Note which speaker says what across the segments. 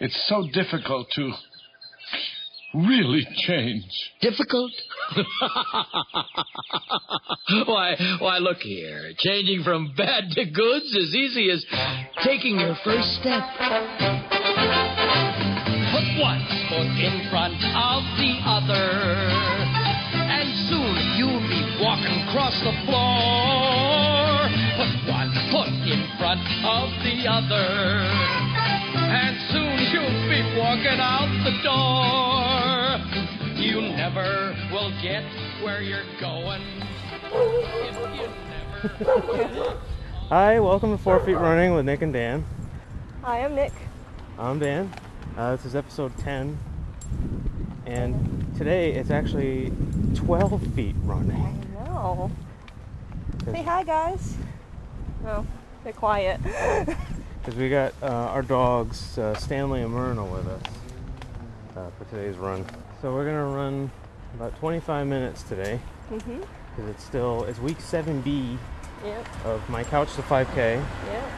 Speaker 1: It's so difficult to really change.
Speaker 2: Difficult?
Speaker 3: why, why, look here. Changing from bad to good's as easy as taking your first step.
Speaker 4: Put one foot in front of the other, and soon you'll be walking across the floor. Put one foot in front of the other, and soon you'll be walking out the door. You never will get where you're going if you never.
Speaker 5: Hi, welcome to Four Feet Running with Nick and Dan.
Speaker 6: Hi, I'm Nick.
Speaker 5: I'm Dan. Uh, this is episode 10, and today it's actually 12 feet
Speaker 6: I
Speaker 5: running.
Speaker 6: know. Say hi, guys. Oh, they're quiet.
Speaker 5: Because we got uh, our dogs, uh, Stanley and Myrna, with us uh, for today's run. So we're gonna run about 25 minutes today,
Speaker 6: mm-hmm.
Speaker 5: because it's still it's week 7B
Speaker 6: Yep,
Speaker 5: of my couch to 5K.
Speaker 6: yep.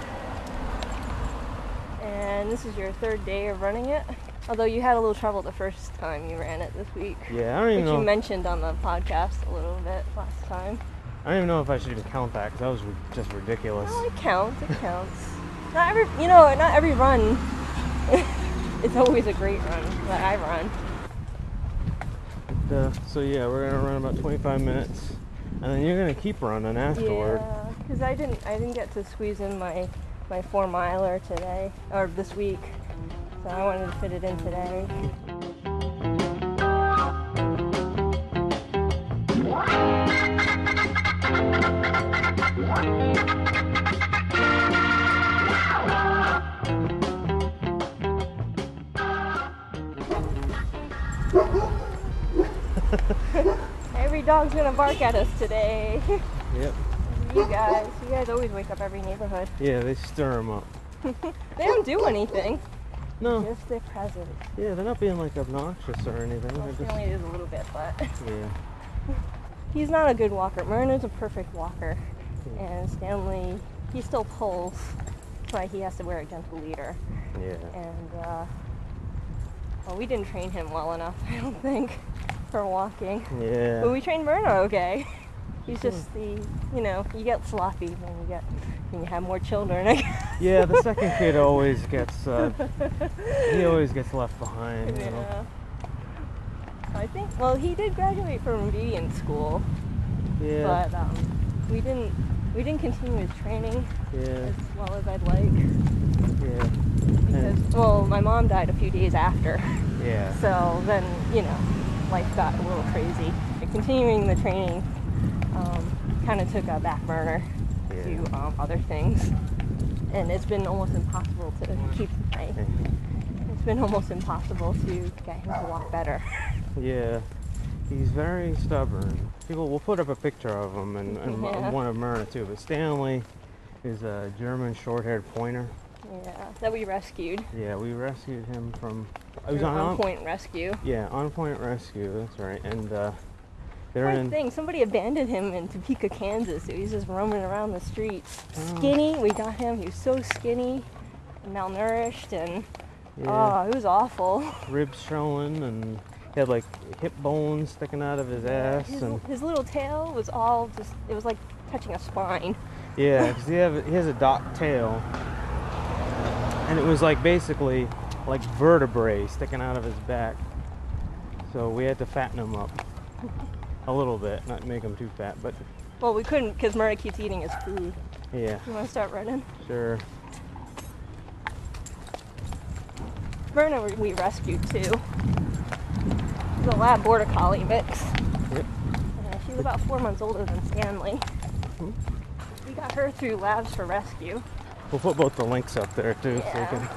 Speaker 6: And this is your third day of running it. Although you had a little trouble the first time you ran it this week,
Speaker 5: Yeah, I don't
Speaker 6: which
Speaker 5: even know.
Speaker 6: you mentioned on the podcast a little bit last time.
Speaker 5: I don't even know if I should even count that because that was ri- just ridiculous.
Speaker 6: Oh, it counts. It counts. Not every, you know, not every run. it's always a great run that I run.
Speaker 5: Uh, so yeah, we're gonna run about 25 minutes, and then you're gonna keep running afterward.
Speaker 6: Yeah, because I didn't I didn't get to squeeze in my my four miler today or this week, so I wanted to fit it in today. Every dog's gonna bark at us today.
Speaker 5: Yep.
Speaker 6: You guys, you guys always wake up every neighborhood.
Speaker 5: Yeah, they stir them up.
Speaker 6: They don't do anything.
Speaker 5: No.
Speaker 6: Just their presence.
Speaker 5: Yeah, they're not being like obnoxious or anything.
Speaker 6: Well,
Speaker 5: They're
Speaker 6: Stanley is a little bit, but
Speaker 5: just, yeah.
Speaker 6: he's not a good walker. Myrna's a perfect walker, and Stanley, he still pulls. That's why he has to wear a gentle leader.
Speaker 5: Yeah.
Speaker 6: And uh, well, we didn't train him well enough, I don't think, for walking. But
Speaker 5: Yeah.
Speaker 6: we trained Myrna okay. He's just the, you know, you get sloppy when you get when you have more children. I guess.
Speaker 5: Yeah, the second kid always gets. Uh, he always gets left behind. You know?
Speaker 6: Yeah. So I think. Well, he did graduate from obedience school,
Speaker 5: Yeah.
Speaker 6: but um, we didn't we didn't continue his training
Speaker 5: Yeah.
Speaker 6: as well as I'd like
Speaker 5: Yeah.
Speaker 6: because well, my mom died a few days after,
Speaker 5: Yeah.
Speaker 6: so then you know life got a little crazy. But continuing the training um, kind of took a back burner
Speaker 5: Yeah.
Speaker 6: to um, other things, and it's been almost impossible to keep. I, it's been almost impossible to get him to walk better.
Speaker 5: Yeah. He's very stubborn. People will put up a picture of him and, and
Speaker 6: Yeah.
Speaker 5: one of Myrna too. But Stanley is a German short-haired pointer.
Speaker 6: Yeah, that we rescued.
Speaker 5: Yeah, we rescued him from. He
Speaker 6: Through on point rescue.
Speaker 5: Yeah, on point rescue. That's right. And uh, they're
Speaker 6: Poor
Speaker 5: in.
Speaker 6: thing, somebody abandoned him in Topeka, Kansas, so he's just roaming around the streets.
Speaker 5: Oh.
Speaker 6: Skinny, we got him. He was so skinny, malnourished, and
Speaker 5: Yeah,
Speaker 6: oh, it was awful.
Speaker 5: ribs showing, and he had like hip bones sticking out of his ass,
Speaker 6: His,
Speaker 5: and
Speaker 6: his little tail was all just, it was like touching a spine.
Speaker 5: yeah, 'cause he have he has a dock tail, and it was like basically like vertebrae sticking out of his back. So we had to fatten him up a little bit, not make him too fat, but
Speaker 6: Well, we couldn't because Murray keeps eating his food.
Speaker 5: yeah,
Speaker 6: You want to start running?
Speaker 5: sure.
Speaker 6: Verna we- we rescued too. She's a lab border collie mix.
Speaker 5: Yep.
Speaker 6: Uh, she's about four months older than Stanley.
Speaker 5: Hmm.
Speaker 6: We got her through Labs for Rescue.
Speaker 5: We'll put both the links up there too, so
Speaker 6: Yeah.
Speaker 5: you can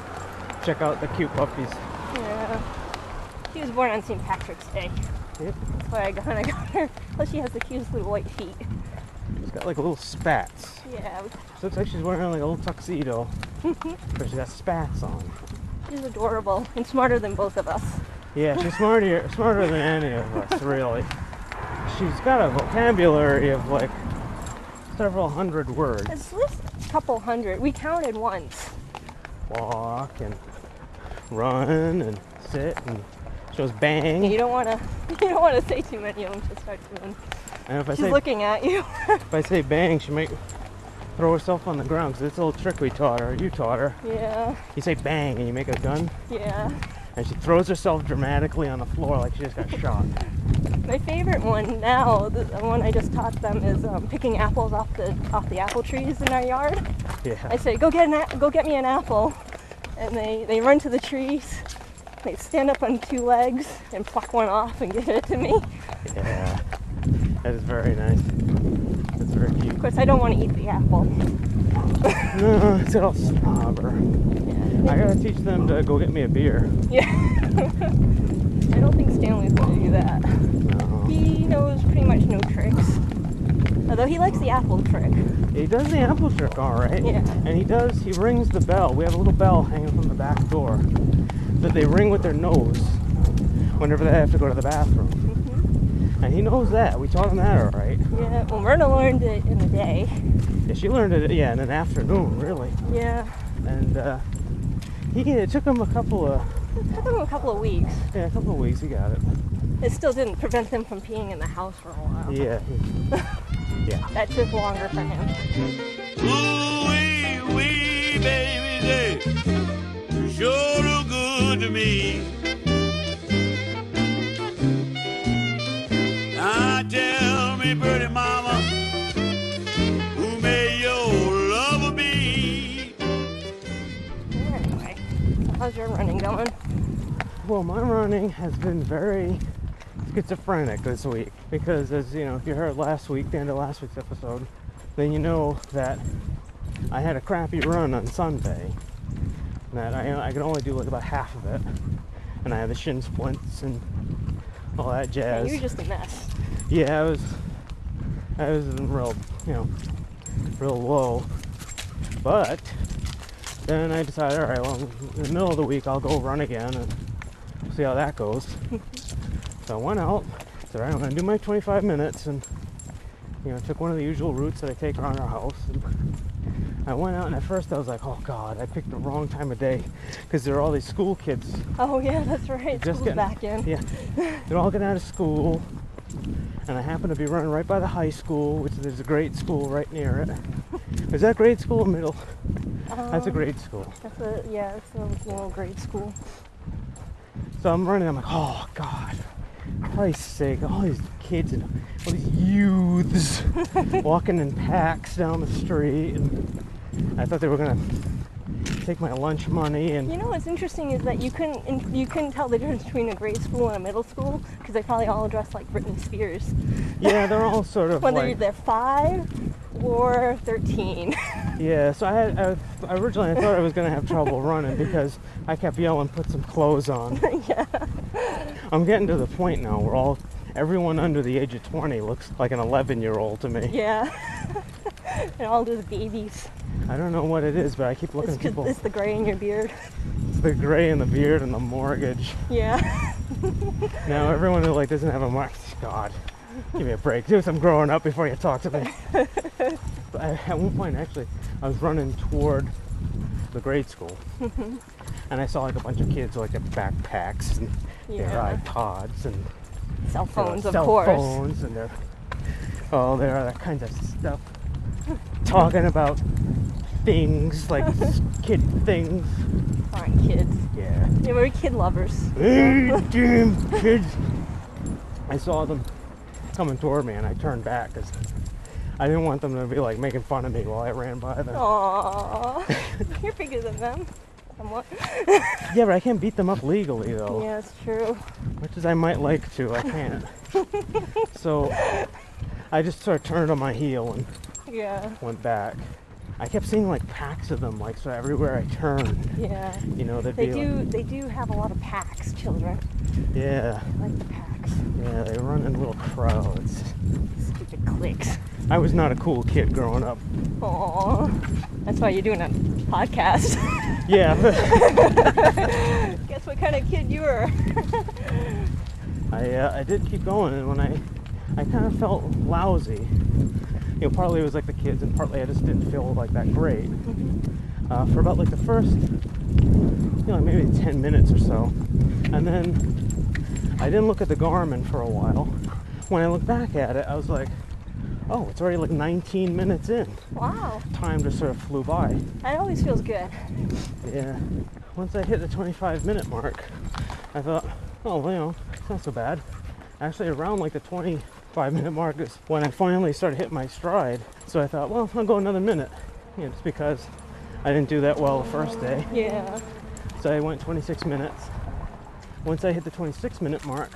Speaker 5: check out the cute puppies.
Speaker 6: Yeah. She was born on St. Patrick's Day.
Speaker 5: Yep.
Speaker 6: That's why I got, I got her. Plus, she has the cutest little white feet.
Speaker 5: She's got like little spats.
Speaker 6: Yeah,
Speaker 5: She looks like she's wearing like a little tuxedo, but she's got spats on.
Speaker 6: she's adorable and smarter than both of us.
Speaker 5: Yeah, she's smarter smarter than any of us, really. She's got a vocabulary of like several hundred words.
Speaker 6: It's just a couple hundred. We counted once.
Speaker 5: Walk and run and sit and shows bang.
Speaker 6: You don't want to. You don't want to say too many of them. She'll start doing.
Speaker 5: And if I
Speaker 6: She's
Speaker 5: say
Speaker 6: looking at you.
Speaker 5: if I say bang, she might throw herself on the ground because it's a little trick we taught her. You taught her.
Speaker 6: yeah.
Speaker 5: You say bang and you make a gun,
Speaker 6: Yeah.
Speaker 5: and she throws herself dramatically on the floor like she just got shot.
Speaker 6: My favorite one now, the the one I just taught them, is um, picking apples off the off the apple trees in our yard. I
Speaker 5: Yeah.
Speaker 6: say, "Go get an a- go get me an apple," and they they run to the trees. They stand up on two legs and pluck one off and give it to me. Of
Speaker 5: Yeah. That is very nice. That's very cute.
Speaker 6: course, I don't want to eat the apple.
Speaker 5: No, it's all snobber. I gotta teach them to go get me a beer.
Speaker 6: Yeah. I don't think Stanley's gonna do that.
Speaker 5: No.
Speaker 6: He knows pretty much no tricks. Although he likes the apple trick.
Speaker 5: He does the apple trick all right.
Speaker 6: Yeah.
Speaker 5: And he does, he rings the bell. We have a little bell hanging from the back door that they ring with their nose whenever they have to go to the bathroom.
Speaker 6: hmm
Speaker 5: And he knows that. We taught him that all right.
Speaker 6: Yeah. Well, Myrna learned it in the day.
Speaker 5: Yeah, she learned it, yeah, in an afternoon, really.
Speaker 6: Yeah.
Speaker 5: And uh, he it took him a couple of,
Speaker 6: It took him a couple of weeks.
Speaker 5: yeah, a couple of weeks. He got it.
Speaker 6: It still didn't prevent them from peeing in the house for a while.
Speaker 5: Yeah. yeah.
Speaker 6: That took longer for him.
Speaker 2: Ooh wee wee, baby, they sure look good to me. Now tell me, pretty mama, who may your lover be?
Speaker 6: Anyway, so how's your running going?
Speaker 5: Well, my running has been very schizophrenic this week because, as you know, if you heard last week, the end of last week's episode, then you know that I had a crappy run on Sunday. That I, I could only do like about half of it, and I had the shin splints and all that
Speaker 6: Man,
Speaker 5: jazz.
Speaker 6: you're just a mess.
Speaker 5: yeah, I was, I was in real, you know, real low. But then I decided, all right, well, in the middle of the week, I'll go run again and see how that goes. so I went out, said, all right, I'm going to do my 25 minutes, and, you know, took one of the usual routes that I take around our house. And I went out, and at first I was like, oh, God, I picked the wrong time of day because there are all these school kids
Speaker 6: Oh yeah, that's right.
Speaker 5: just getting-
Speaker 6: School's back in.
Speaker 5: yeah. They're all getting out of school. And I happen to be running right by the high school, which there's a grade school right near it. Is that grade school or middle? That's a
Speaker 6: Um,
Speaker 5: grade school.
Speaker 6: That's a yeah. It's a little grade school.
Speaker 5: So I'm running, I'm like, oh God, Christ's sake, all these kids and all these youths walking in packs down the street. And I thought they were gonna take my lunch money and
Speaker 6: You know what's interesting is that you couldn't in- you couldn't tell the difference between a grade school and a middle school because they probably all dress like Britney Spears.
Speaker 5: yeah, they're all sort of
Speaker 6: Whether
Speaker 5: like
Speaker 6: they're five or thirteen.
Speaker 5: Yeah, so I had I, I originally I thought I was gonna have trouble running because I kept yelling, "Put some clothes on." yeah. I'm getting to the point now where all everyone under the age of 20 looks like an 11 year old to me.
Speaker 6: yeah. and all those babies.
Speaker 5: I don't know what it is, but I keep looking
Speaker 6: It's,
Speaker 5: at
Speaker 6: 'cause-
Speaker 5: people.
Speaker 6: it's the gray in your beard.
Speaker 5: It's the gray and the beard and the mortgage.
Speaker 6: Yeah.
Speaker 5: Now everyone who like doesn't have a mark. God, give me a break. Do some growing up before you talk to me. but I, at one point, actually, I was running toward the grade school, and I saw like a bunch of kids with, like their backpacks and
Speaker 6: Yeah.
Speaker 5: their iPods and
Speaker 6: Cell
Speaker 5: their
Speaker 6: phones, of
Speaker 5: cell
Speaker 6: course.
Speaker 5: phones and their all their other kinds of stuff, talking about things like kid things.
Speaker 6: Aren't kids.
Speaker 5: Yeah.
Speaker 6: Yeah, we're kid lovers.
Speaker 5: Hey, damn kids! I saw them coming toward me, and I turned back because I didn't want them to be like making fun of me while I ran by
Speaker 6: Oh.
Speaker 5: them.
Speaker 6: Aww. You're bigger than them. Somewhat.
Speaker 5: Yeah, but I can't beat them up legally though.
Speaker 6: Yeah, it's true.
Speaker 5: Much as I might like to, I can't. so I just sort of turned on my heel and
Speaker 6: Yeah.
Speaker 5: went back. I kept seeing like packs of them, like so everywhere I turned.
Speaker 6: Yeah.
Speaker 5: You know, there'd
Speaker 6: They
Speaker 5: be
Speaker 6: do they do have a lot of packs, children.
Speaker 5: like, yeah,
Speaker 6: I like the packs.
Speaker 5: yeah, they run in little crowds.
Speaker 6: Stupid clicks.
Speaker 5: I was not a cool kid growing up.
Speaker 6: Aww. That's why you're doing a podcast.
Speaker 5: Yeah.
Speaker 6: Guess what kind of kid you were?
Speaker 5: I, uh, I did keep going, and when I, I kind of felt lousy. You know, partly it was like the kids, and partly I just didn't feel like that great. Uh, for about like the first you know, maybe 10 minutes or so. And then I didn't look at the Garmin for a while. When I looked back at it, I was like, oh, it's already like 19 minutes in.
Speaker 6: Wow,
Speaker 5: Time just sort of flew by.
Speaker 6: that always feels good.
Speaker 5: Yeah. Once I hit the 25 minute mark, I thought, oh, well, you know, it's not so bad. Actually, around like the 25 minute mark is when I finally started hitting my stride. So I thought, well, I'll go another minute. You know, just because I didn't do that well the first day.
Speaker 6: Yeah.
Speaker 5: So I went 26 minutes. Once I hit the 26 minute mark,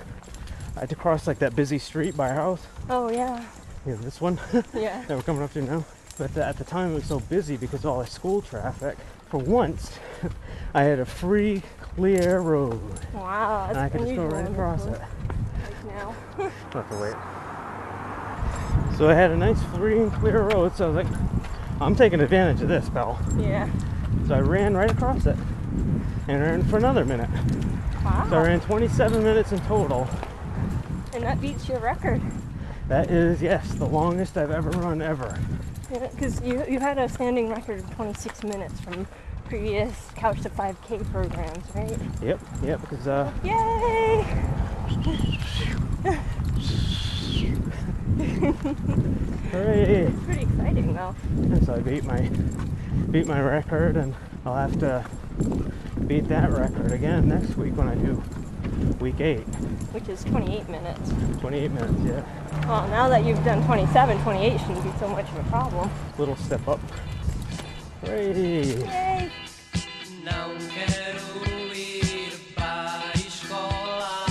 Speaker 5: I had to cross like that busy street by our house.
Speaker 6: Oh yeah.
Speaker 5: You know, this one
Speaker 6: Yeah.
Speaker 5: that we're coming up to now. But uh, at the time, it was so busy because of all the school traffic. For once, I had a free, clear road,
Speaker 6: Wow.
Speaker 5: and I
Speaker 6: that's
Speaker 5: could just go
Speaker 6: unusual
Speaker 5: right
Speaker 6: in
Speaker 5: across
Speaker 6: Brooklyn
Speaker 5: it.
Speaker 6: right Now.
Speaker 5: Not to wait. So I had a nice, free and clear road. So I was like, I'm taking advantage of this, pal.
Speaker 6: Yeah.
Speaker 5: So I ran right across it, and ran for another minute.
Speaker 6: Wow.
Speaker 5: So I ran 27 minutes in total.
Speaker 6: And that beats your record.
Speaker 5: That is, yes, the longest I've ever run ever.
Speaker 6: Because you, you had a standing record of 26 minutes from previous Couch to 5K programs, right?
Speaker 5: Yep, yep, because uh,
Speaker 6: Yay!
Speaker 5: hooray!
Speaker 6: Pretty exciting though.
Speaker 5: And so I beat my beat my record, and I'll have to beat that record again next week when I do week eight,
Speaker 6: Which is 28 minutes.
Speaker 5: 28 minutes. Yeah,
Speaker 6: Well, now that you've done 27, 28 shouldn't be so much of a problem.
Speaker 5: little step up. Hooray!
Speaker 6: Yay!
Speaker 4: Não quero ir para a escola.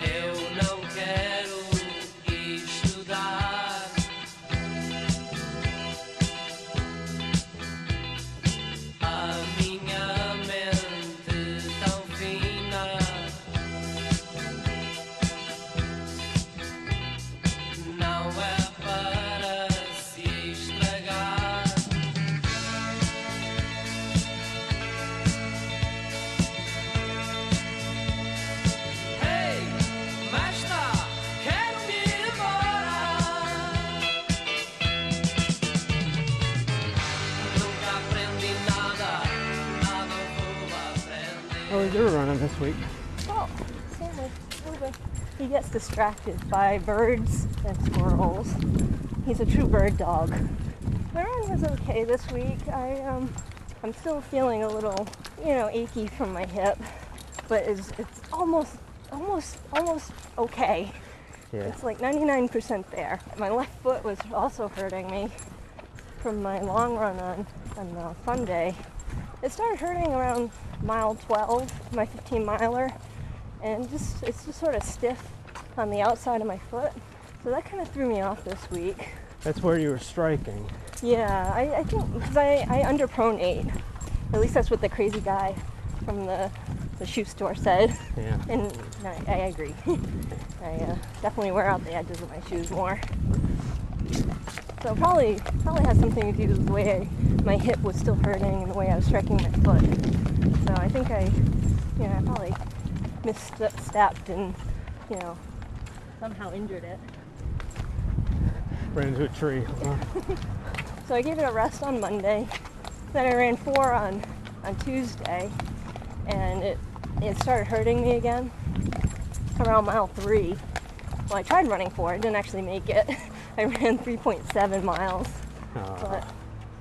Speaker 4: Eu não quero estudar. A minha mente tão fina não é para se estragar. Ei, mas tá, quero me ir embora. Nunca aprendi nada, nada vou aprender.
Speaker 5: How was your running this week?
Speaker 6: Oh, Stanley, Ruben. He gets distracted by birds and squirrels. He's a true bird dog. My run was okay this week. I um, I'm still feeling a little, you know, achy from my hip, but it's it's almost, almost, almost okay.
Speaker 5: Yeah,
Speaker 6: It's like 99% there. My left foot was also hurting me from my long run on, on uh, Sunday. It started hurting around mile 12, my 15 miler, and just it's just sort of stiff on the outside of my foot. So that kind of threw me off this week.
Speaker 5: that's where you were striking.
Speaker 6: Yeah, I, I think because I, I underpronate. At least that's what the crazy guy from the, the shoe store said.
Speaker 5: Yeah,
Speaker 6: And I, I agree. I uh, definitely wear out the edges of my shoes more. So probably probably has something to do with the way I, my hip was still hurting and the way I was striking my foot. So I think I, you know, I probably misstepped and, you know, somehow injured it.
Speaker 5: ran into a tree. huh?
Speaker 6: So I gave it a rest on Monday. Then I ran four on on Tuesday, and it it started hurting me again around mile three. Well, I tried running four, I didn't actually make it. I ran 3.7 miles,
Speaker 5: Aw,
Speaker 6: but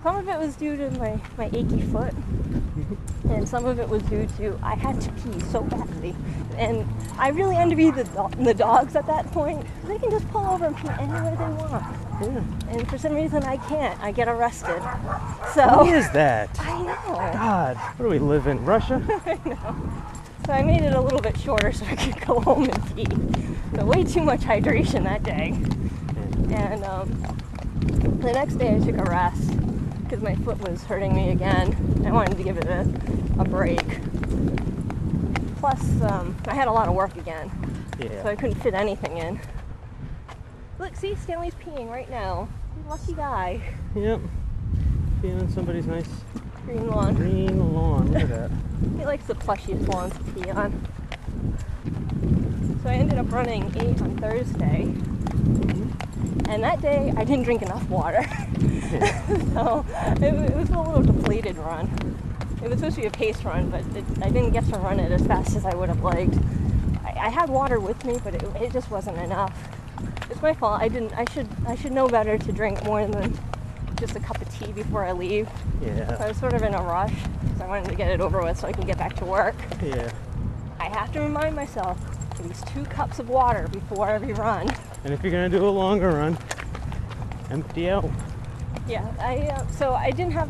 Speaker 6: some of it was due to my my achy foot, and some of it was due to I had to pee so badly, and I really envied the do- the dogs at that point. They can just pull over and pee anywhere they want
Speaker 5: yeah.
Speaker 6: and for some reason I can't. I get arrested.
Speaker 5: What
Speaker 6: So
Speaker 5: is that?
Speaker 6: I know.
Speaker 5: God, what do we live in? Russia?
Speaker 6: So I made it a little bit shorter so I could go home and pee. But way too much hydration that day. And um, the next day I took a rest because my foot was hurting me again. I wanted to give it a, a break. Plus, um, I had a lot of work again, so
Speaker 5: Yeah.
Speaker 6: I couldn't fit anything in. Look, see, Stanley's peeing right now. Lucky guy.
Speaker 5: Yep. Being on somebody's nice
Speaker 6: Green lawn.
Speaker 5: green lawn. Look at that.
Speaker 6: He likes the plushiest ones to pee on. So I ended up running eight on Thursday. And that day, I didn't drink enough water. so it, wa- it was a little depleted run. It was supposed to be a pace run, but it, I didn't get to run it as fast as I would have liked. I, I had water with me, but it, it just wasn't enough. It's my fault. I didn't. I should. I should know better to drink more than just a cup of tea before I leave. So I
Speaker 5: Yeah.
Speaker 6: was sort of in a rush because I wanted to get it over with so I can get back to work.
Speaker 5: Yeah.
Speaker 6: I have to remind myself at least two cups of water before every run.
Speaker 5: And if you're gonna do a longer run, empty out.
Speaker 6: Yeah, I uh, so I didn't have.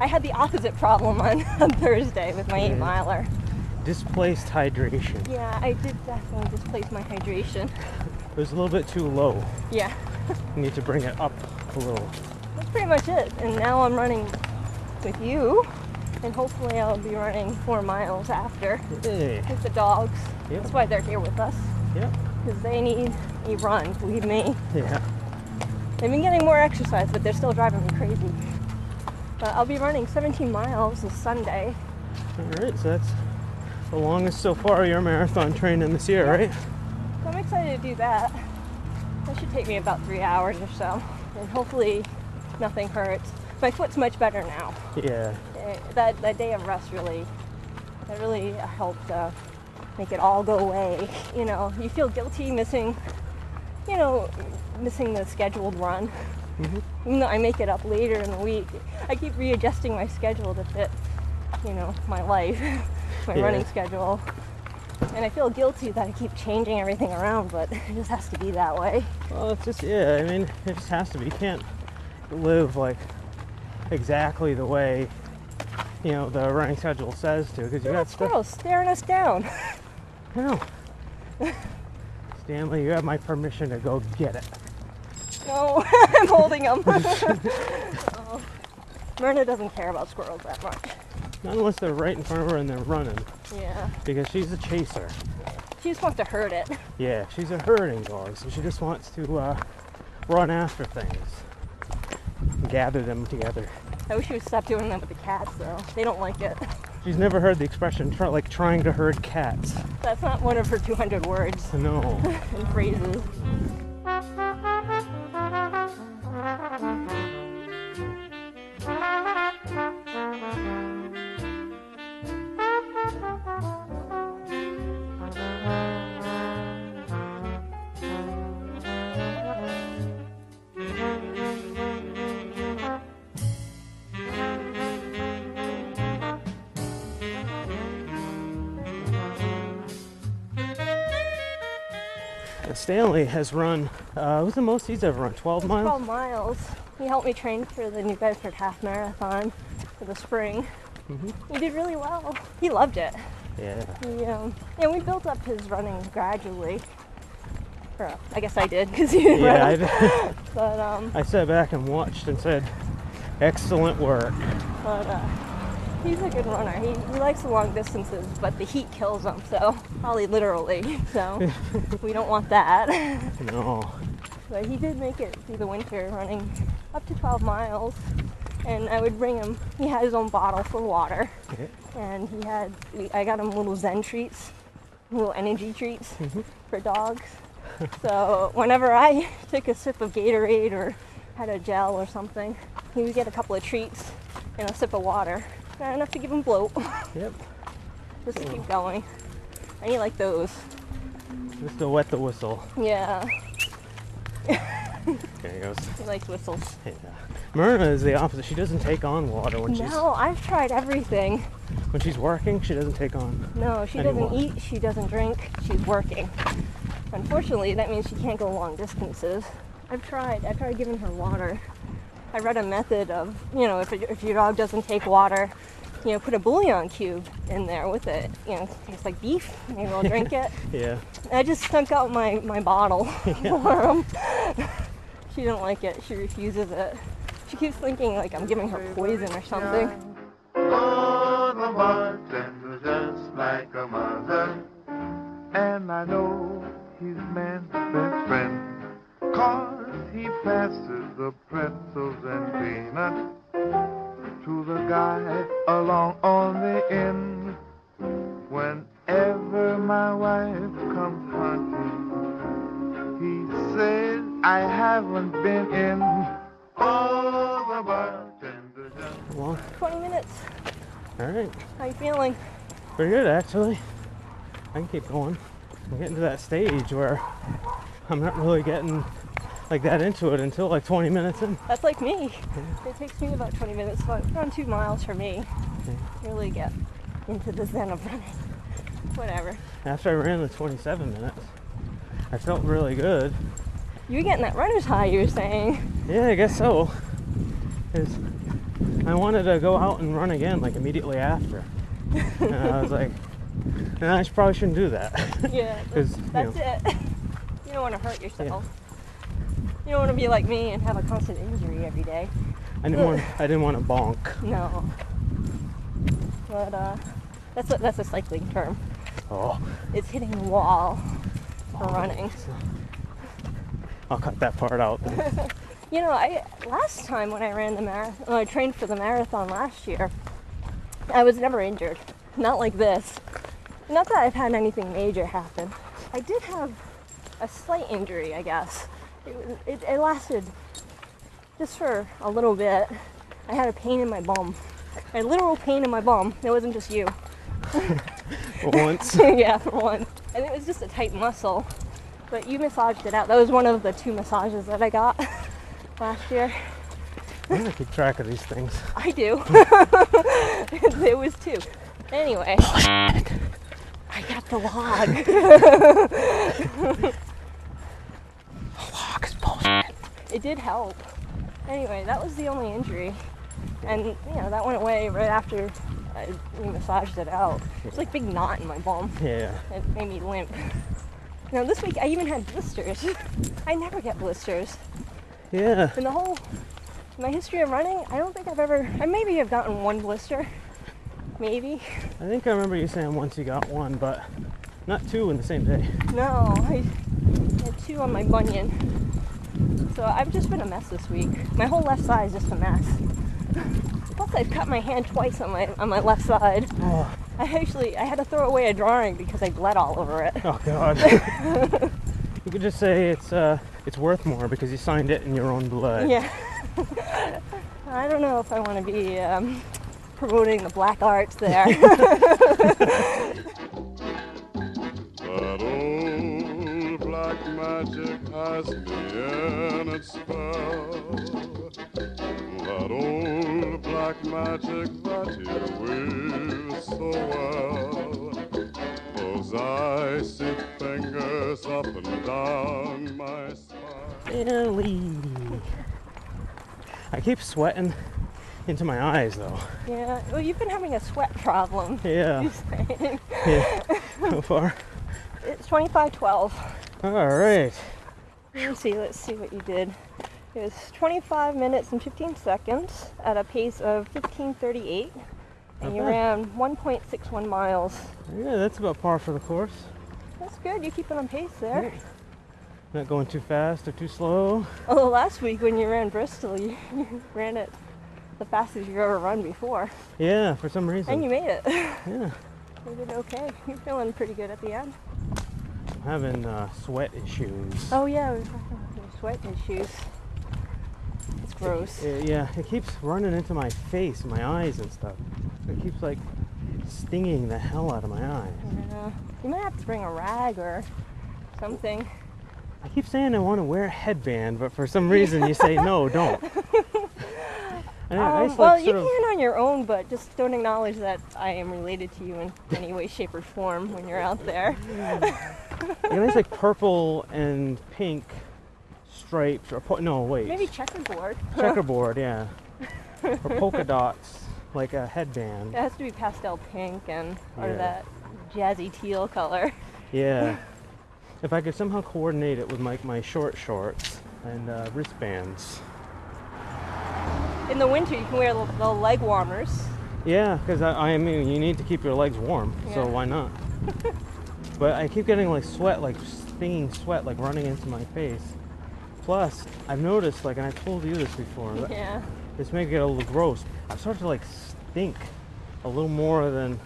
Speaker 6: I had the opposite problem on, on Thursday with my eight
Speaker 5: Mhm.
Speaker 6: miler.
Speaker 5: Displaced hydration.
Speaker 6: Yeah, I did definitely displace my hydration.
Speaker 5: It was a little bit too low.
Speaker 6: Yeah,
Speaker 5: You need to bring it up a little.
Speaker 6: that's pretty much it. And now I'm running with you, and hopefully I'll be running four miles after
Speaker 5: Hey.
Speaker 6: with the dogs.
Speaker 5: Yeah.
Speaker 6: That's why they're here with us
Speaker 5: Yep.
Speaker 6: because they need a run. Believe me.
Speaker 5: Yeah.
Speaker 6: They've been getting more exercise, but they're still driving me crazy. But I'll be running 17 miles this Sunday.
Speaker 5: All right. So that's the longest so far your marathon training this year, right?
Speaker 6: So I'm excited to do that. That should take me about three hours or so. And hopefully nothing hurts. My foot's much better now.
Speaker 5: Yeah.
Speaker 6: Eh, That, that day of rest really, that really helped uh, make it all go away. You know, you feel guilty missing, you know, missing the scheduled run. Even though I make it up later in the week, I keep readjusting my schedule to fit, you know, my life, my
Speaker 5: Yeah.
Speaker 6: running schedule. And I feel guilty that I keep changing everything around, but it just has to be that way.
Speaker 5: Well, it's just yeah. I mean, it just has to be. You can't live like exactly the way you know the running schedule says to, because you
Speaker 6: Look at
Speaker 5: got
Speaker 6: that
Speaker 5: stuff.
Speaker 6: squirrel staring us down.
Speaker 5: I know. Stanley, you have my permission to go get it.
Speaker 6: No, I'm holding him. Oh. Myrna doesn't care about squirrels that much.
Speaker 5: Not unless they're right in front of her and they're running,
Speaker 6: Yeah,
Speaker 5: because she's a chaser.
Speaker 6: she just wants to hurt it.
Speaker 5: Yeah, she's a herding dog, so she just wants to uh, run after things, gather them together.
Speaker 6: I wish she would stop doing that with the cats, though. They don't like it.
Speaker 5: She's never heard the expression try, like trying to herd cats.
Speaker 6: That's not one of her 200 words
Speaker 5: No.
Speaker 6: and phrases.
Speaker 5: Stanley has run. Uh, what's the most he's ever run? 12 miles.
Speaker 6: 12 miles. He helped me train for the New Bedford Half Marathon for the spring. He did really well. He loved it.
Speaker 5: Yeah.
Speaker 6: He, um, and we built up his running gradually. Or, uh, I guess I did because he didn't
Speaker 5: Yeah.
Speaker 6: run.
Speaker 5: I,
Speaker 6: But um,
Speaker 5: I sat back and watched and said, "Excellent work."
Speaker 6: But uh, he's a good runner. He, he likes the long distances, but the heat kills him. So probably literally. So we don't want that.
Speaker 5: No.
Speaker 6: But he did make it through the winter, running up to 12 miles. And I would bring him. He had his own bottle for water,
Speaker 5: Okay.
Speaker 6: and he had. I got him little Zen treats, little energy treats for dogs. so whenever I took a sip of Gatorade or had a gel or something, he would get a couple of treats and a sip of water. Not enough to give him bloat,
Speaker 5: Yep.
Speaker 6: just to keep going. And he liked those.
Speaker 5: Just to wet the whistle.
Speaker 6: Yeah,
Speaker 5: There he goes.
Speaker 6: he likes whistles.
Speaker 5: Yeah. Myrna is the opposite. She doesn't take on water when she's
Speaker 6: No, I've tried everything.
Speaker 5: when she's working. She doesn't take on.
Speaker 6: No, she
Speaker 5: anymore.
Speaker 6: doesn't eat, she doesn't drink, she's working. Unfortunately, that means she can't go long distances. I've tried, I've tried giving her water. I read a method of, you know, if, if your dog doesn't take water, you know, put a bouillon cube in there with it. You know, it tastes like beef, maybe I'll drink it.
Speaker 5: Yeah.
Speaker 6: I just stunk out my, my bottle for him. she didn't like it, she refuses it. She keeps thinking, like, I'm giving her poison or something.
Speaker 7: on the bartender just like a mother. And I know he's man's best friend. Cause he passes the pretzels and peanuts to the guy along on the end. Whenever my wife comes hunting, he says, I haven't been in. Oh, the bartender just.
Speaker 5: Well,
Speaker 6: 20 minutes.
Speaker 5: all right.
Speaker 6: How you feeling?
Speaker 5: Pretty good, actually. I can keep going. I'm getting to that stage where I'm not really getting like that into it until like 20 minutes in.
Speaker 6: That's like me. It takes me about 20 minutes, like around two miles for me. to Really get into the zen of running. Whatever.
Speaker 5: After I ran the 27 minutes, I felt really good.
Speaker 6: You were getting that runner's high, you were saying.
Speaker 5: Yeah, I guess so. 'Cause I wanted to go out and run again like immediately after. and I was like, nah, I sh- probably shouldn't do that.
Speaker 6: Yeah,
Speaker 5: 'Cause, you
Speaker 6: that's
Speaker 5: know.
Speaker 6: it. You don't want to hurt yourself. You don't want to be like me and have a constant injury every day.
Speaker 5: I didn't want I didn't want to bonk.
Speaker 6: No. But uh, that's what that's a cycling term.
Speaker 5: Oh,
Speaker 6: It's hitting the wall for running.
Speaker 5: I'll cut that part out. then.
Speaker 6: You know, I last time when I ran the marathon, I trained for the marathon last year. I was never injured, not like this. Not that I've had anything major happen. I did have a slight injury, I guess. It, was- it, it lasted just for a little bit. I had a pain in my bum, a literal pain in my bum. It wasn't just you.
Speaker 5: Once.
Speaker 6: yeah, for one. And it was just a tight muscle. But you massaged it out. That was one of the two massages that I got last year.
Speaker 5: I'm gonna keep track of these things.
Speaker 6: I do. there was two. Anyway. I got the log. the log is It did help. Anyway, that was the only injury. And, you know, that went away right after I, we massaged it out. It's like a big knot in my bum.
Speaker 5: Yeah.
Speaker 6: It made me limp. Now this week I even had blisters. I never get blisters.
Speaker 5: Yeah.
Speaker 6: In the whole in my history of running, I don't think I've ever I maybe have gotten one blister. Maybe.
Speaker 5: I think I remember you saying once you got one, but not two in the same day.
Speaker 6: No, I had two on my bunion. So I've just been a mess this week. My whole left side is just a mess. Plus I've cut my hand twice on my on my left side.
Speaker 5: Oh,
Speaker 6: I actually I had to throw away a drawing because I bled all over it.
Speaker 5: oh God. you could just say it's uh, it's worth more because you signed it in your own blood.
Speaker 6: Yeah. I don't know if I want to be um, promoting the black arts there.
Speaker 2: But old black magic has me in its spell. That old black magic that you weave so well. Those icy fingers up and down my spine.
Speaker 5: Billy. I keep sweating into my eyes though.
Speaker 6: yeah. Well, you've been having a sweat problem.
Speaker 5: Yeah.
Speaker 6: you say.
Speaker 5: yeah. So far.
Speaker 6: It's 2512.
Speaker 5: All right.
Speaker 6: Let's see, let's see what you did. It was 25 minutes and 15 seconds at a pace of 1538. And you
Speaker 5: Okay.
Speaker 6: ran 1.61 miles.
Speaker 5: Yeah, that's about par for the course.
Speaker 6: That's good. You're keeping on pace there.
Speaker 5: Not going too fast or too slow.
Speaker 6: Although last week when you ran Bristol, you, you ran it the fastest you've ever run before.
Speaker 5: Yeah, for some reason.
Speaker 6: And you made it.
Speaker 5: yeah.
Speaker 6: You did okay. You're feeling pretty good at the end.
Speaker 5: I'm having uh, sweat issues.
Speaker 6: Oh yeah, we were talking about your sweat issues. It's gross.
Speaker 5: Uh, yeah, it keeps running into my face, my eyes and stuff. It keeps like stinging the hell out of my eyes.
Speaker 6: Yeah. You might have to bring a rag or something.
Speaker 5: I keep saying I want to wear a headband, but for some reason you say no, don't. And I, I
Speaker 6: Um,
Speaker 5: just,
Speaker 6: well,
Speaker 5: like,
Speaker 6: you
Speaker 5: sort
Speaker 6: can
Speaker 5: of-
Speaker 6: on your own, but just don't acknowledge that I am related to you in any way, shape, or form when you're out there.
Speaker 5: you know, it's like purple and pink stripes, or po- no, wait,
Speaker 6: Maybe checkerboard.
Speaker 5: checkerboard, yeah, or polka dots, like a headband.
Speaker 6: It has to be pastel pink and or
Speaker 5: Yeah.
Speaker 6: that jazzy teal color.
Speaker 5: Yeah. If I could somehow coordinate it with like my short shorts and uh, wristbands.
Speaker 6: In the winter, you can wear the the leg warmers.
Speaker 5: Yeah, because I, I mean, you need to keep your legs warm, so
Speaker 6: Yeah.
Speaker 5: why not? but I keep getting like sweat, like stinging sweat, like running into my face. Plus, I've noticed, like, and I told you this before, but
Speaker 6: Yeah.
Speaker 5: this may get a little gross. I start to like stink a little more than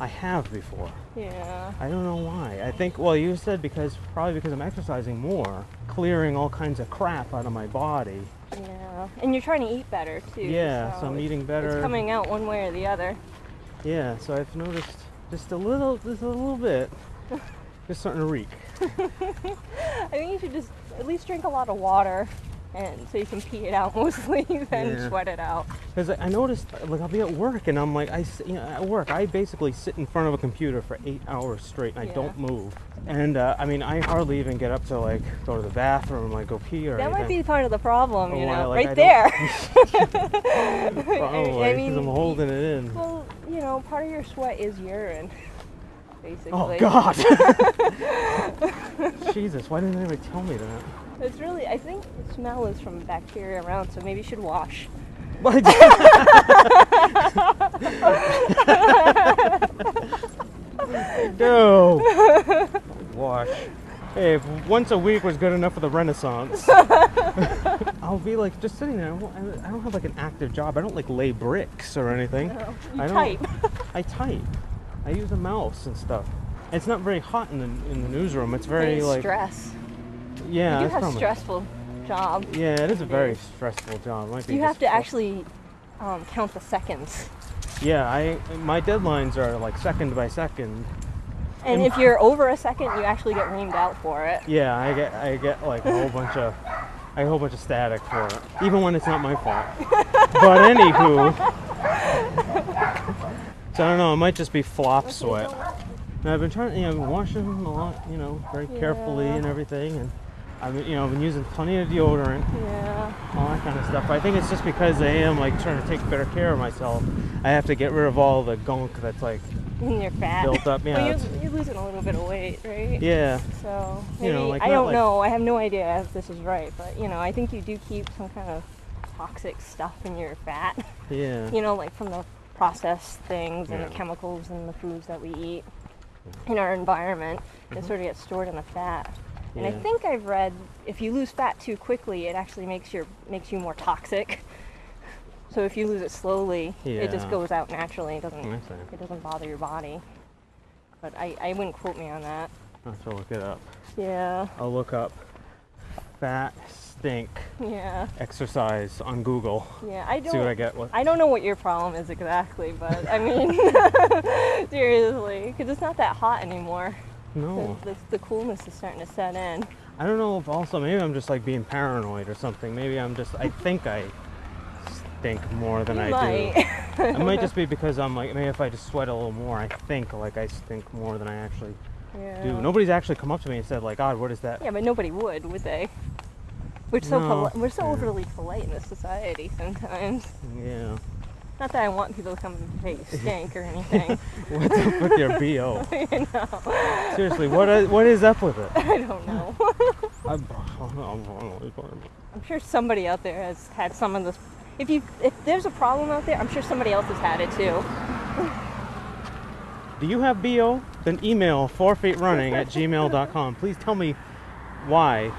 Speaker 5: I have before.
Speaker 6: Yeah.
Speaker 5: I don't know why. I think, well, you said because, probably because I'm exercising more, clearing all kinds of crap out of my body.
Speaker 6: Yeah. And you're trying to eat better too.
Speaker 5: Yeah, so I'm
Speaker 6: it's-
Speaker 5: eating better.
Speaker 6: It's coming out one way or the other.
Speaker 5: Yeah, so I've noticed just a little, just a little bit, just starting to reek.
Speaker 6: I think you should just at least drink a lot of water, and so you can pee it out mostly, then
Speaker 5: Yeah.
Speaker 6: sweat it out.
Speaker 5: Because I I noticed, like, I'll be at work and I'm like, I, s- you know, at work, I basically sit in front of a computer for eight hours straight and I
Speaker 6: Yeah.
Speaker 5: don't move. And uh, I mean, I hardly even get up to like go to the bathroom, like go pee or
Speaker 6: That might be
Speaker 5: anything.
Speaker 6: part of the problem,
Speaker 5: Oh,
Speaker 6: you know,
Speaker 5: wow, like,
Speaker 6: right
Speaker 5: I
Speaker 6: there.
Speaker 5: Probably, Oh, 'cause I'm holding it in.
Speaker 6: well, you know, part of your sweat is urine, basically.
Speaker 5: Oh God! Jesus, why didn't anybody tell me that?
Speaker 6: It's really, I think the smell is from bacteria around, so maybe you should wash.
Speaker 5: What? no. Wash. Hey, if once a week was good enough for the Renaissance, I'll be like just sitting there. I won't- I don't have like an active job. I don't like lay bricks or anything.
Speaker 6: You
Speaker 5: I don't-
Speaker 6: type.
Speaker 5: I type. I use a mouse and stuff. It's not very hot in the in the newsroom. It's very
Speaker 6: It's
Speaker 5: like
Speaker 6: stress.
Speaker 5: yeah.
Speaker 6: you
Speaker 5: that's
Speaker 6: have a
Speaker 5: probably-
Speaker 6: stressful job.
Speaker 5: Yeah, it is a very stressful job. It might be
Speaker 6: You have
Speaker 5: just
Speaker 6: to
Speaker 5: stressful.
Speaker 6: actually um, count the seconds.
Speaker 5: Yeah, I my deadlines are like second by second.
Speaker 6: And if you're over a second, you actually get reamed out for it.
Speaker 5: Yeah, I get I get like a whole bunch of I get a whole bunch of static for it, even when it's not my fault. But anywho, so I don't know. It might just be flop sweat. And I've been trying, you know, I've been washing them a lot, you know, very carefully
Speaker 6: Yeah.
Speaker 5: and everything, and I've been, you know, I've been using plenty of deodorant.
Speaker 6: Yeah.
Speaker 5: all that kind of stuff. But I think it's just because I am like trying to take better care of myself. I have to get rid of all the gunk that's like,
Speaker 6: And you're fat.
Speaker 5: Built up, yeah,
Speaker 6: Well,
Speaker 5: it's-
Speaker 6: you're, you're losing a little bit of weight, right?
Speaker 5: yeah,
Speaker 6: So
Speaker 5: You
Speaker 6: maybe,
Speaker 5: know, like,
Speaker 6: I
Speaker 5: not
Speaker 6: don't
Speaker 5: like-
Speaker 6: know. I have no idea if this is right, but you know, I think you do keep some kind of toxic stuff in your fat.
Speaker 5: yeah,
Speaker 6: You know, like from the processed things and the
Speaker 5: Yeah.
Speaker 6: chemicals and the foods that we eat in our environment. It sort of gets stored in the fat. And I
Speaker 5: Mm-hmm. Yeah.
Speaker 6: think I've read if you lose fat too quickly, it actually makes your makes you more toxic. So if you lose it slowly, it
Speaker 5: Yeah.
Speaker 6: just goes out naturally. It doesn't
Speaker 5: I see.
Speaker 6: it doesn't bother your body. But I, I wouldn't quote me on that.
Speaker 5: I'll have to look it up.
Speaker 6: Yeah,
Speaker 5: I'll look up fat stink
Speaker 6: yeah,
Speaker 5: exercise on Google.
Speaker 6: yeah. I don't.
Speaker 5: See what I get. What?
Speaker 6: I don't know what your problem is exactly, but I mean, seriously, because it's not that hot anymore.
Speaker 5: No,
Speaker 6: The, the, the coolness is starting to set in.
Speaker 5: I don't know if also maybe I'm just like being paranoid or something. Maybe I'm just I think I stink more than
Speaker 6: You
Speaker 5: I do.
Speaker 6: might.
Speaker 5: It might just be because I'm like maybe if I just sweat a little more, I think like I stink more than I actually
Speaker 6: yeah.
Speaker 5: do. Nobody's actually come up to me and said like, God, what is that?
Speaker 6: Yeah, but nobody would, would they? We're so
Speaker 5: No.
Speaker 6: poli- we're so
Speaker 5: Yeah.
Speaker 6: overly polite in this society sometimes.
Speaker 5: yeah.
Speaker 6: Not that I want people to come and say you stink or anything.
Speaker 5: What's up with your bo? Seriously, what is, what is up with it?
Speaker 6: I don't know.
Speaker 5: I'm- I don't know, I don't know what you're talking about.
Speaker 6: I'm sure somebody out there has had some of this. If you if there's a problem out there, I'm sure somebody else has had it too.
Speaker 5: Do you have bo? Then email forfeitrunning at gmail.com. Please tell me why.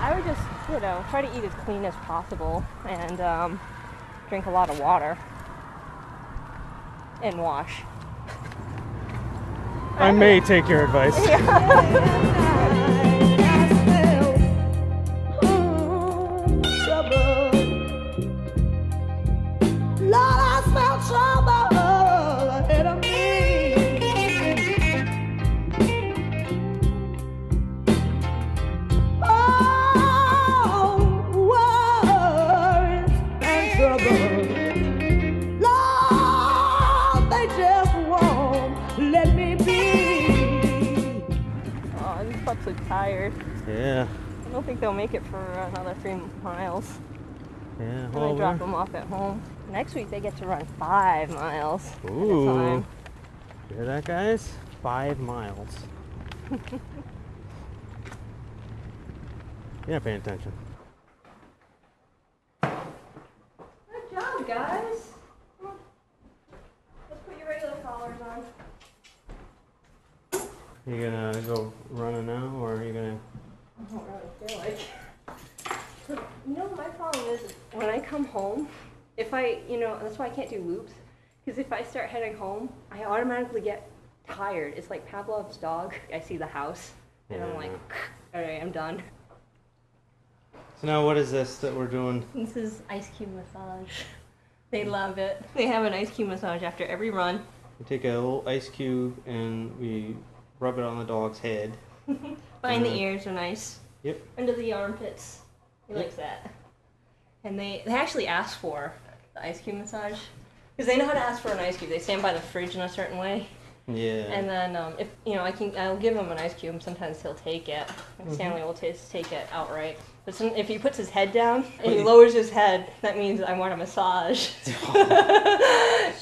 Speaker 6: I would just, you know, try to eat as clean as possible and um, drink a lot of water and wash.
Speaker 5: I may take your advice.
Speaker 8: Let me be.
Speaker 6: Oh, I'm fucking tired.
Speaker 5: Yeah.
Speaker 6: I don't think they'll make it for another three miles.
Speaker 5: Yeah.
Speaker 6: And I
Speaker 5: Well,
Speaker 6: drop
Speaker 5: we're-
Speaker 6: them off at home. Next week they get to run five miles. at a
Speaker 5: Ooh.
Speaker 6: time.
Speaker 5: You hear that, guys? Five miles. You're not paying attention.
Speaker 6: Good job, guys. Come on. Let's put your regular collars on.
Speaker 5: You gonna go running now, or are you gonna?
Speaker 6: I don't really feel like. You know, my problem is when I come home, if I, you know, that's why I can't do loops, because if I start heading home, I automatically get tired. It's like Pavlov's dog. I see the house, and I'm like, all right, I'm done.
Speaker 5: So now what is this that we're doing?
Speaker 6: This is ice cube massage. They love it. They have an ice cube massage after every run.
Speaker 5: We take a little ice cube and we rub it on the dog's head.
Speaker 6: Behind the
Speaker 5: Mhm.
Speaker 6: ears are nice.
Speaker 5: Yep.
Speaker 6: Under the armpits. He likes that. And they, they actually ask for the ice cube massage. Because they know how to ask for an ice cube. They stand by the fridge in a certain way.
Speaker 5: Yeah.
Speaker 6: And then um, if you know, I can I'll give him an ice cube. and Sometimes he'll take it.
Speaker 5: Mm-hmm.
Speaker 6: Like Stanley will t- take it outright. But some, if he puts his head down and he
Speaker 5: Wait.
Speaker 6: lowers his head, that means I want a massage.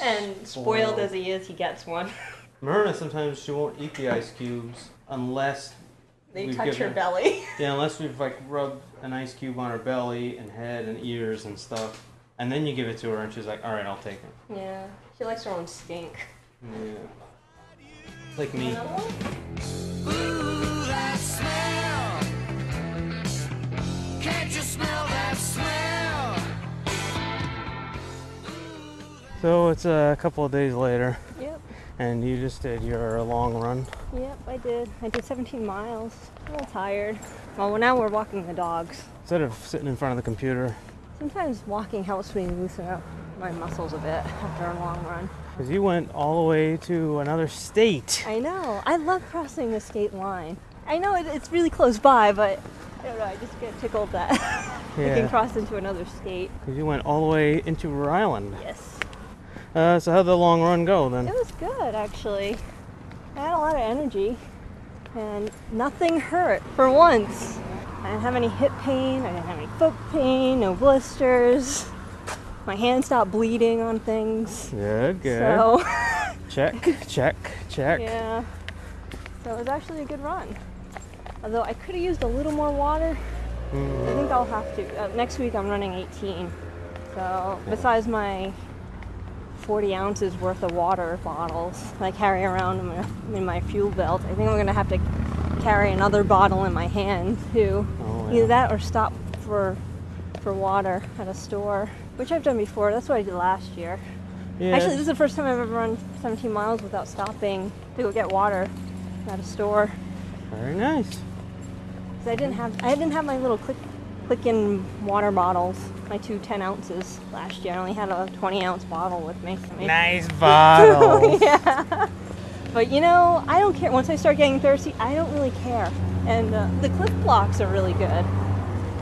Speaker 6: and spoiled
Speaker 5: Spoiled.
Speaker 6: as he is, he gets one.
Speaker 5: Myrna sometimes she won't eat the ice cubes unless
Speaker 6: They
Speaker 5: We've
Speaker 6: touch her
Speaker 5: given-
Speaker 6: belly.
Speaker 5: yeah, unless we've like rubbed an ice cube on her belly and head and ears and stuff. And then you give it to her and she's like, Alright, I'll take it.
Speaker 6: yeah, she likes her own stink.
Speaker 5: Yeah. Like me.
Speaker 6: Another one?
Speaker 5: So it's a couple of days later
Speaker 6: Yep,
Speaker 5: and you just did your long run.
Speaker 6: yep, I did. I did 17 miles. A little tired. Oh, Well, now we're walking the dogs.
Speaker 5: Instead of sitting in front of the computer.
Speaker 6: Sometimes walking helps me loosen up my muscles a bit after a long run.
Speaker 5: Because you went all the way to another state.
Speaker 6: I know. I love crossing the state line. I know it, it's really close by, but I don't know. I just get tickled that we can cross into another state.
Speaker 5: 'Cause you went all the way into Rhode Island.
Speaker 6: Yes,
Speaker 5: Uh, so how'd the long run go
Speaker 6: it
Speaker 5: then?
Speaker 6: was good actually. I had a lot of energy, and nothing hurt for once. I didn't have any hip pain. I didn't have any foot pain. No blisters. My hand stopped bleeding on things.
Speaker 5: Good, good.
Speaker 6: So
Speaker 5: Check, check, check.
Speaker 6: yeah, so it was actually a good run. Although I could have used a little more water. I think I'll have to. Uh, next week I'm running 18. So, besides my 40 ounces worth of water bottles that I carry around in my, in my fuel belt, I think I'm going to have to carry another bottle in my hand too.
Speaker 5: Oh, yeah.
Speaker 6: Either that or stop for for water at a store, which I've done before. That's what I did last year.
Speaker 5: Yeah.
Speaker 6: Actually, this is the first time I've ever run 17 miles without stopping to go get water at a store.
Speaker 5: Very nice.
Speaker 6: 'Cause I didn't have I didn't have my little click click in water bottles, my two 10 ounces last year. I only had a 20 ounce bottle with me.
Speaker 5: Nice bottle.
Speaker 6: But you know, I don't care. Once I start getting thirsty, I don't really care. And uh, the cliff blocks are really good.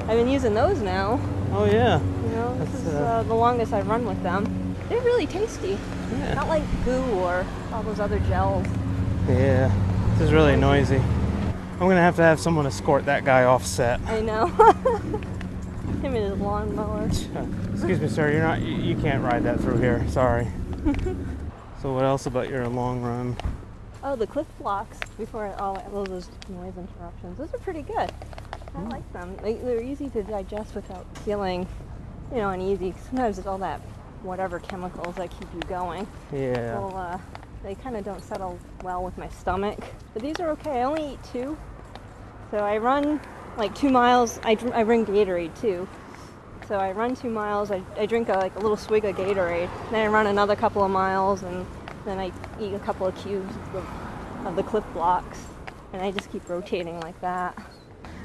Speaker 6: I've been using those now.
Speaker 5: oh yeah.
Speaker 6: You know, this
Speaker 5: That's,
Speaker 6: is
Speaker 5: uh,
Speaker 6: uh, the longest I've run with them. They're really tasty.
Speaker 5: Yeah.
Speaker 6: Not like goo or all those other gels.
Speaker 5: Yeah. This is really noisy. I'm gonna have to have someone escort that guy off set.
Speaker 6: I know. Him and his lawnmower.
Speaker 5: Excuse me, sir. You're not. You, you can't ride that through here. Sorry. so what else about your long run?
Speaker 6: Oh, the cliff blocks before all all those noise interruptions. Those are pretty good. I like them. They, they're easy to digest without feeling, you know, uneasy. Sometimes it's all that whatever chemicals that keep you going.
Speaker 5: Yeah.
Speaker 6: Well, uh, they kind of don't settle well with my stomach. But these are okay. I only eat two. So I run like two miles. I, dr- I bring Gatorade too. So I run two miles. I, I drink a, like a little swig of Gatorade. Then I run another couple of miles and then I eat a couple of cubes of the, of the clip blocks. And I just keep rotating like that.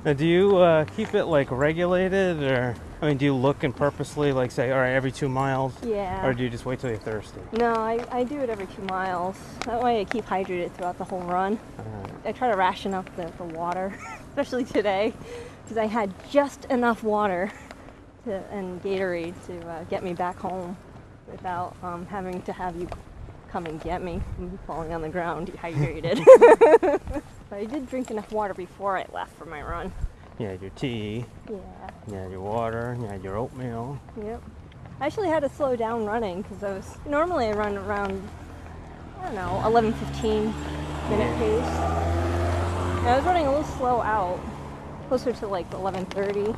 Speaker 5: Now, do you uh, keep it like regulated, or I mean, do you look and purposely like say, all right, every two miles,
Speaker 6: Yeah.
Speaker 5: or do you just wait till you're thirsty?
Speaker 6: No, I, I do it every two miles. That way I keep hydrated throughout the whole run. I try to ration up the, the water, especially today, because I had just enough water to, and Gatorade to uh, get me back home without um, having to have you come and get me from falling on the ground dehydrated. but I did drink enough water before I left for my run.
Speaker 5: You had your tea,
Speaker 6: Yeah.
Speaker 5: you had your water, you had your oatmeal.
Speaker 6: Yep. I actually had to slow down running because I was normally I run around I don't know 11, 15 minute pace. And I was running a little slow out, closer to like 11:30,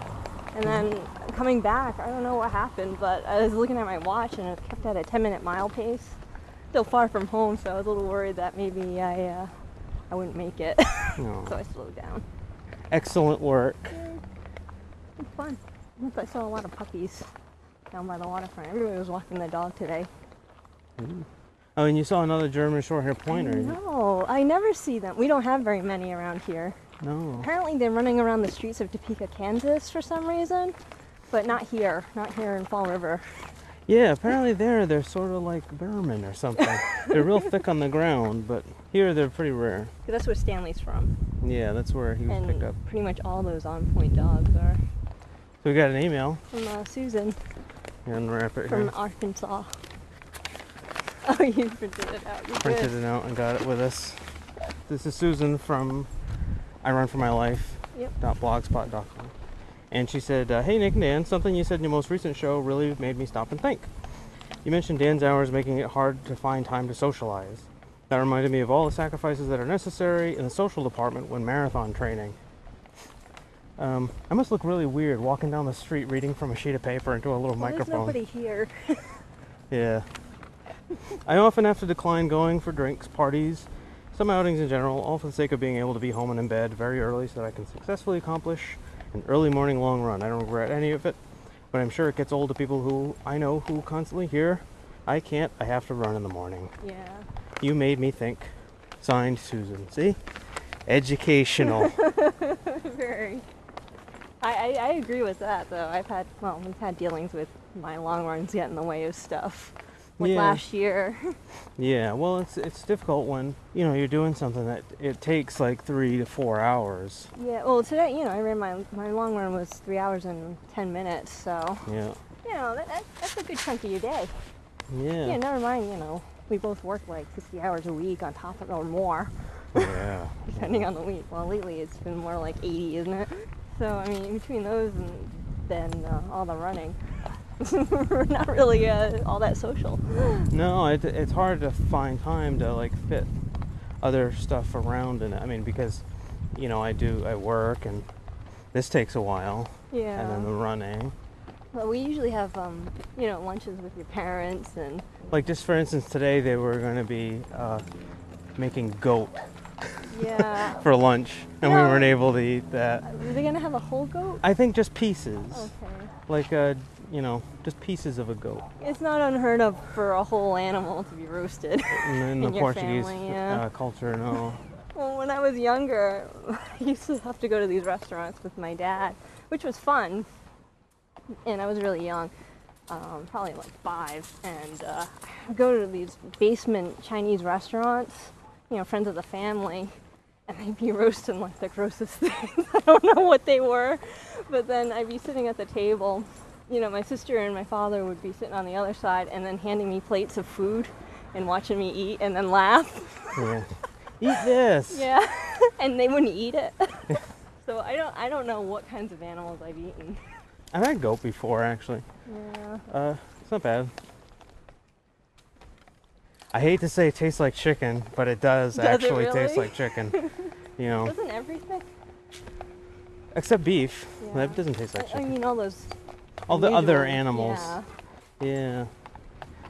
Speaker 6: and then coming back, I don't know what happened, but I was looking at my watch and it kept at a 10 minute mile pace. Still far from home, so I was a little worried that maybe I uh, I wouldn't make it.
Speaker 5: No.
Speaker 6: so I slowed down.
Speaker 5: Excellent work.
Speaker 6: It's fun. Plus, I saw a lot of puppies down by the waterfront. Everybody was walking their dog today.
Speaker 5: Oh, and you saw another German short-haired pointer.
Speaker 6: No, I never see them. We don't have very many around here.
Speaker 5: No.
Speaker 6: Apparently, they're running around the streets of Topeka, Kansas for some reason, but not here. Not here in Fall River.
Speaker 5: Yeah, apparently there they're sort of like vermin or something. they're real thick on the ground, but here they're pretty rare.
Speaker 6: 'Cause That's where Stanley's from.
Speaker 5: Yeah, that's where he was picked
Speaker 6: And
Speaker 5: up.
Speaker 6: pretty much all those on point dogs are
Speaker 5: So we got an email.
Speaker 6: from uh, Susan
Speaker 5: Here, Unwrap it
Speaker 6: from
Speaker 5: here.
Speaker 6: Arkansas. Oh, you printed it out. You
Speaker 5: Printed it out and got it with us. This is Susan from I Run for My Life.
Speaker 6: Yep.
Speaker 5: Dot blogspot.com. And she said, uh, "Hey Nick and Dan, something you said in your most recent show really made me stop and think. You mentioned Dan's hours making it hard to find time to socialize. That reminded me of all the sacrifices that are necessary in the social department when marathon training. Um, I must look really weird walking down the street reading from a sheet of paper into a little
Speaker 6: Well, There's
Speaker 5: microphone.
Speaker 6: nobody here.
Speaker 5: Yeah. I often have to decline going for drinks, parties, some outings in general, all for the sake of being able to be home and in bed very early so that I can successfully accomplish an early morning long run. I don't regret any of it, but I'm sure it gets old to people who I know who constantly hear, I can't, I have to run in the morning.
Speaker 6: Yeah.
Speaker 5: You made me think. Signed Susan. See? Educational.
Speaker 6: Very. I, I, I agree with that though. I've had well, we've had dealings with my long runs get in the way of stuff. Like
Speaker 5: Yeah.
Speaker 6: last year.
Speaker 5: yeah, well it's it's difficult when, you know, you're doing something that it takes like three to four hours.
Speaker 6: yeah. Well, today you know I ran my my long run was three hours and ten minutes. So
Speaker 5: Yeah.
Speaker 6: you know that, that that's a good chunk of your day.
Speaker 5: Yeah.
Speaker 6: Yeah. Never mind. You know we both work like sixty hours a week on top of or more
Speaker 5: yeah.
Speaker 6: depending on the week. Well, lately it's been more like eighty, isn't it? So I mean between those and then uh, all the running, we're not really uh, all that social.
Speaker 5: No, it, it's hard to find time to like fit other stuff around in it. I mean, because you know, I do I work and this takes a while,
Speaker 6: Yeah.
Speaker 5: and then the running.
Speaker 6: Well, we usually have, um, you know, lunches with your parents, and
Speaker 5: Like just for instance, today they were going to be uh, making goat
Speaker 6: yeah,
Speaker 5: for lunch, and we
Speaker 6: Yeah.
Speaker 5: weren't able to eat that.
Speaker 6: are they gonna have a whole goat?
Speaker 5: I think just pieces,
Speaker 6: Okay,
Speaker 5: like uh, you know, just pieces of a goat.
Speaker 6: it's not unheard of for a whole animal to be roasted.
Speaker 5: And then
Speaker 6: In
Speaker 5: the
Speaker 6: your
Speaker 5: Portuguese
Speaker 6: family, yeah.
Speaker 5: uh, culture, no.
Speaker 6: well, when I was younger, I used to have to go to these restaurants with my dad, which was fun, and I was really young. Um, probably like five, and uh, I'd go to these basement Chinese restaurants, you know, friends of the family, and I'd be roasting like the grossest things. I don't know what they were, but then I'd be sitting at the table. You know, my sister and my father would be sitting on the other side and then handing me plates of food and watching me eat and then laugh.
Speaker 5: Yeah. Eat this.
Speaker 6: Yeah, and they wouldn't eat it. so I don't, I don't know what kinds of animals I've eaten.
Speaker 5: I've had goat before, actually.
Speaker 6: Yeah.
Speaker 5: Uh, it's not bad. I hate to say it tastes like chicken, but it does,
Speaker 6: Does it
Speaker 5: actually taste
Speaker 6: really?
Speaker 5: like chicken. you know,
Speaker 6: Doesn't everything?
Speaker 5: except beef.
Speaker 6: Yeah.
Speaker 5: That doesn't taste like
Speaker 6: I, I
Speaker 5: chicken.
Speaker 6: mean, all those.
Speaker 5: All the other
Speaker 6: usual-
Speaker 5: animals.
Speaker 6: Yeah.
Speaker 5: Yeah.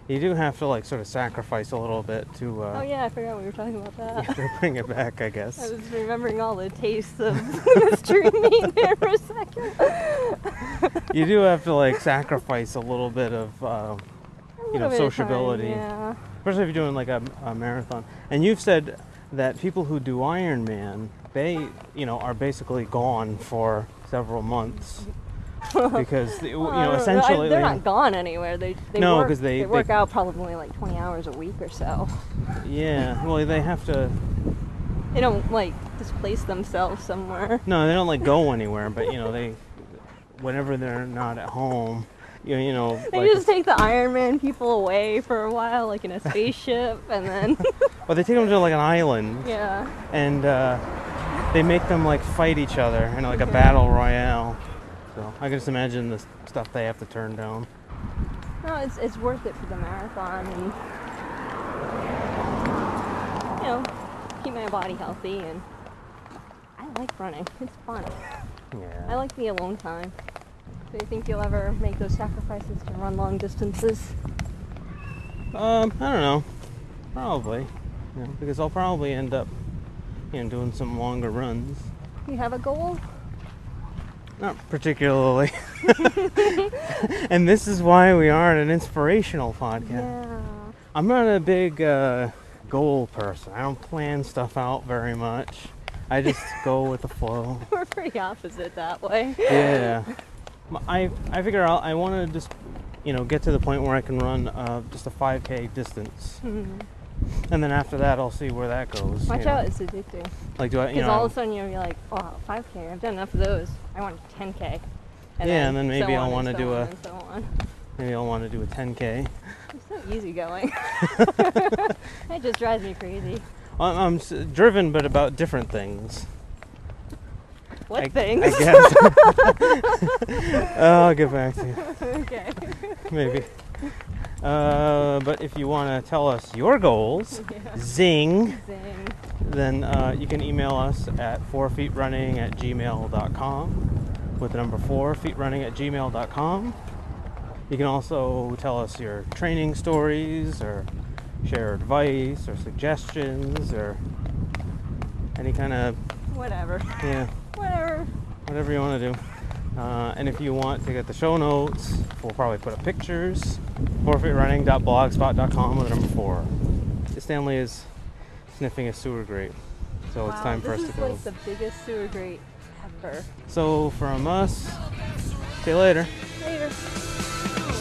Speaker 5: You do have to like sort of sacrifice a little bit to
Speaker 6: Oh
Speaker 5: uh,
Speaker 6: yeah, I forgot we were talking about that.
Speaker 5: to bring it back, I
Speaker 6: I
Speaker 5: guess.
Speaker 6: was remembering all the tastes of mystery meat there for a second.
Speaker 5: you do have to like sacrifice a little bit of, uh,
Speaker 6: A
Speaker 5: you know,
Speaker 6: little bit of
Speaker 5: sociability.
Speaker 6: time, yeah.
Speaker 5: especially if you're doing like a, a marathon. And you've said that people who do Ironman, they you know are basically gone for several months because they- you
Speaker 6: Well, I
Speaker 5: know
Speaker 6: don't I-
Speaker 5: essentially
Speaker 6: they're
Speaker 5: they-
Speaker 6: not gone anywhere. They they
Speaker 5: No,
Speaker 6: work-
Speaker 5: 'cause they-
Speaker 6: they
Speaker 5: they-
Speaker 6: work out probably like 20 hours a week or so.
Speaker 5: yeah. Well, they have to.
Speaker 6: They don't like displace themselves somewhere.
Speaker 5: No, they don't like go anywhere. But you know they, whenever they're not at home, you you know
Speaker 6: They
Speaker 5: like,
Speaker 6: just take the Iron Man people away for a while, like in a spaceship, and then
Speaker 5: well they take them to like an island
Speaker 6: yeah,
Speaker 5: and uh, they make them like fight each other in like a battle royale. So I can just imagine the stuff they have to turn down.
Speaker 6: no, it's it's worth it for the marathon, and you know, keep my body healthy, and I like running. It's fun.
Speaker 5: Yeah.
Speaker 6: I like the alone time. Do you think you'll ever make those sacrifices to run long distances?
Speaker 5: Um, I don't know. Probably. You know, because I'll probably end up, you know, doing some longer runs.
Speaker 6: You have a goal?
Speaker 5: Not particularly. and this is why we are an inspirational podcast.
Speaker 6: Yeah.
Speaker 5: I'm not a big uh, goal person. I don't plan stuff out very much. I just go with the flow.
Speaker 6: We're pretty opposite that way.
Speaker 5: Yeah. M- I I figure out I want to just you know get to the point where I can run uh, just a 5k distance,
Speaker 6: Mhm.
Speaker 5: and then after that I'll see where that goes. you
Speaker 6: Watch
Speaker 5: know.
Speaker 6: out, it's addicting.
Speaker 5: Like do I
Speaker 6: Because
Speaker 5: you know?
Speaker 6: all of a sudden you'll be like, oh, 5K, I've done enough of those. I want 10K.
Speaker 5: Yeah, and then maybe I'll
Speaker 6: want
Speaker 5: wanna
Speaker 6: to
Speaker 5: do a-
Speaker 6: And so on.
Speaker 5: maybe I'll want to do a 10k.
Speaker 6: It's so easygoing. it just drives me crazy.
Speaker 5: I'm, I'm s- driven, but about different things.
Speaker 6: What
Speaker 5: I,
Speaker 6: things?
Speaker 5: I guess. I'll get back to you.
Speaker 6: okay.
Speaker 5: Maybe. Uh, but if you want to tell us your goals,
Speaker 6: Yeah.
Speaker 5: zing,
Speaker 6: Zing.
Speaker 5: then uh, you can email us at fourfeetrunning at gmail.com with the number four feetrunning at gmail.com. You can also tell us your training stories or share advice or suggestions or any kind of,
Speaker 6: Whatever.
Speaker 5: yeah,
Speaker 6: Whatever.
Speaker 5: whatever you want to do. Uh, and if you want to get the show notes, we'll probably put up pictures. Forfeitrunning.blogspot.com with the number four. Stanley is sniffing a sewer grate, so it's
Speaker 6: Wow,
Speaker 5: time for us
Speaker 6: this
Speaker 5: to
Speaker 6: is
Speaker 5: go.
Speaker 6: like the biggest sewer grate ever.
Speaker 5: So from us, see you later.
Speaker 6: Later.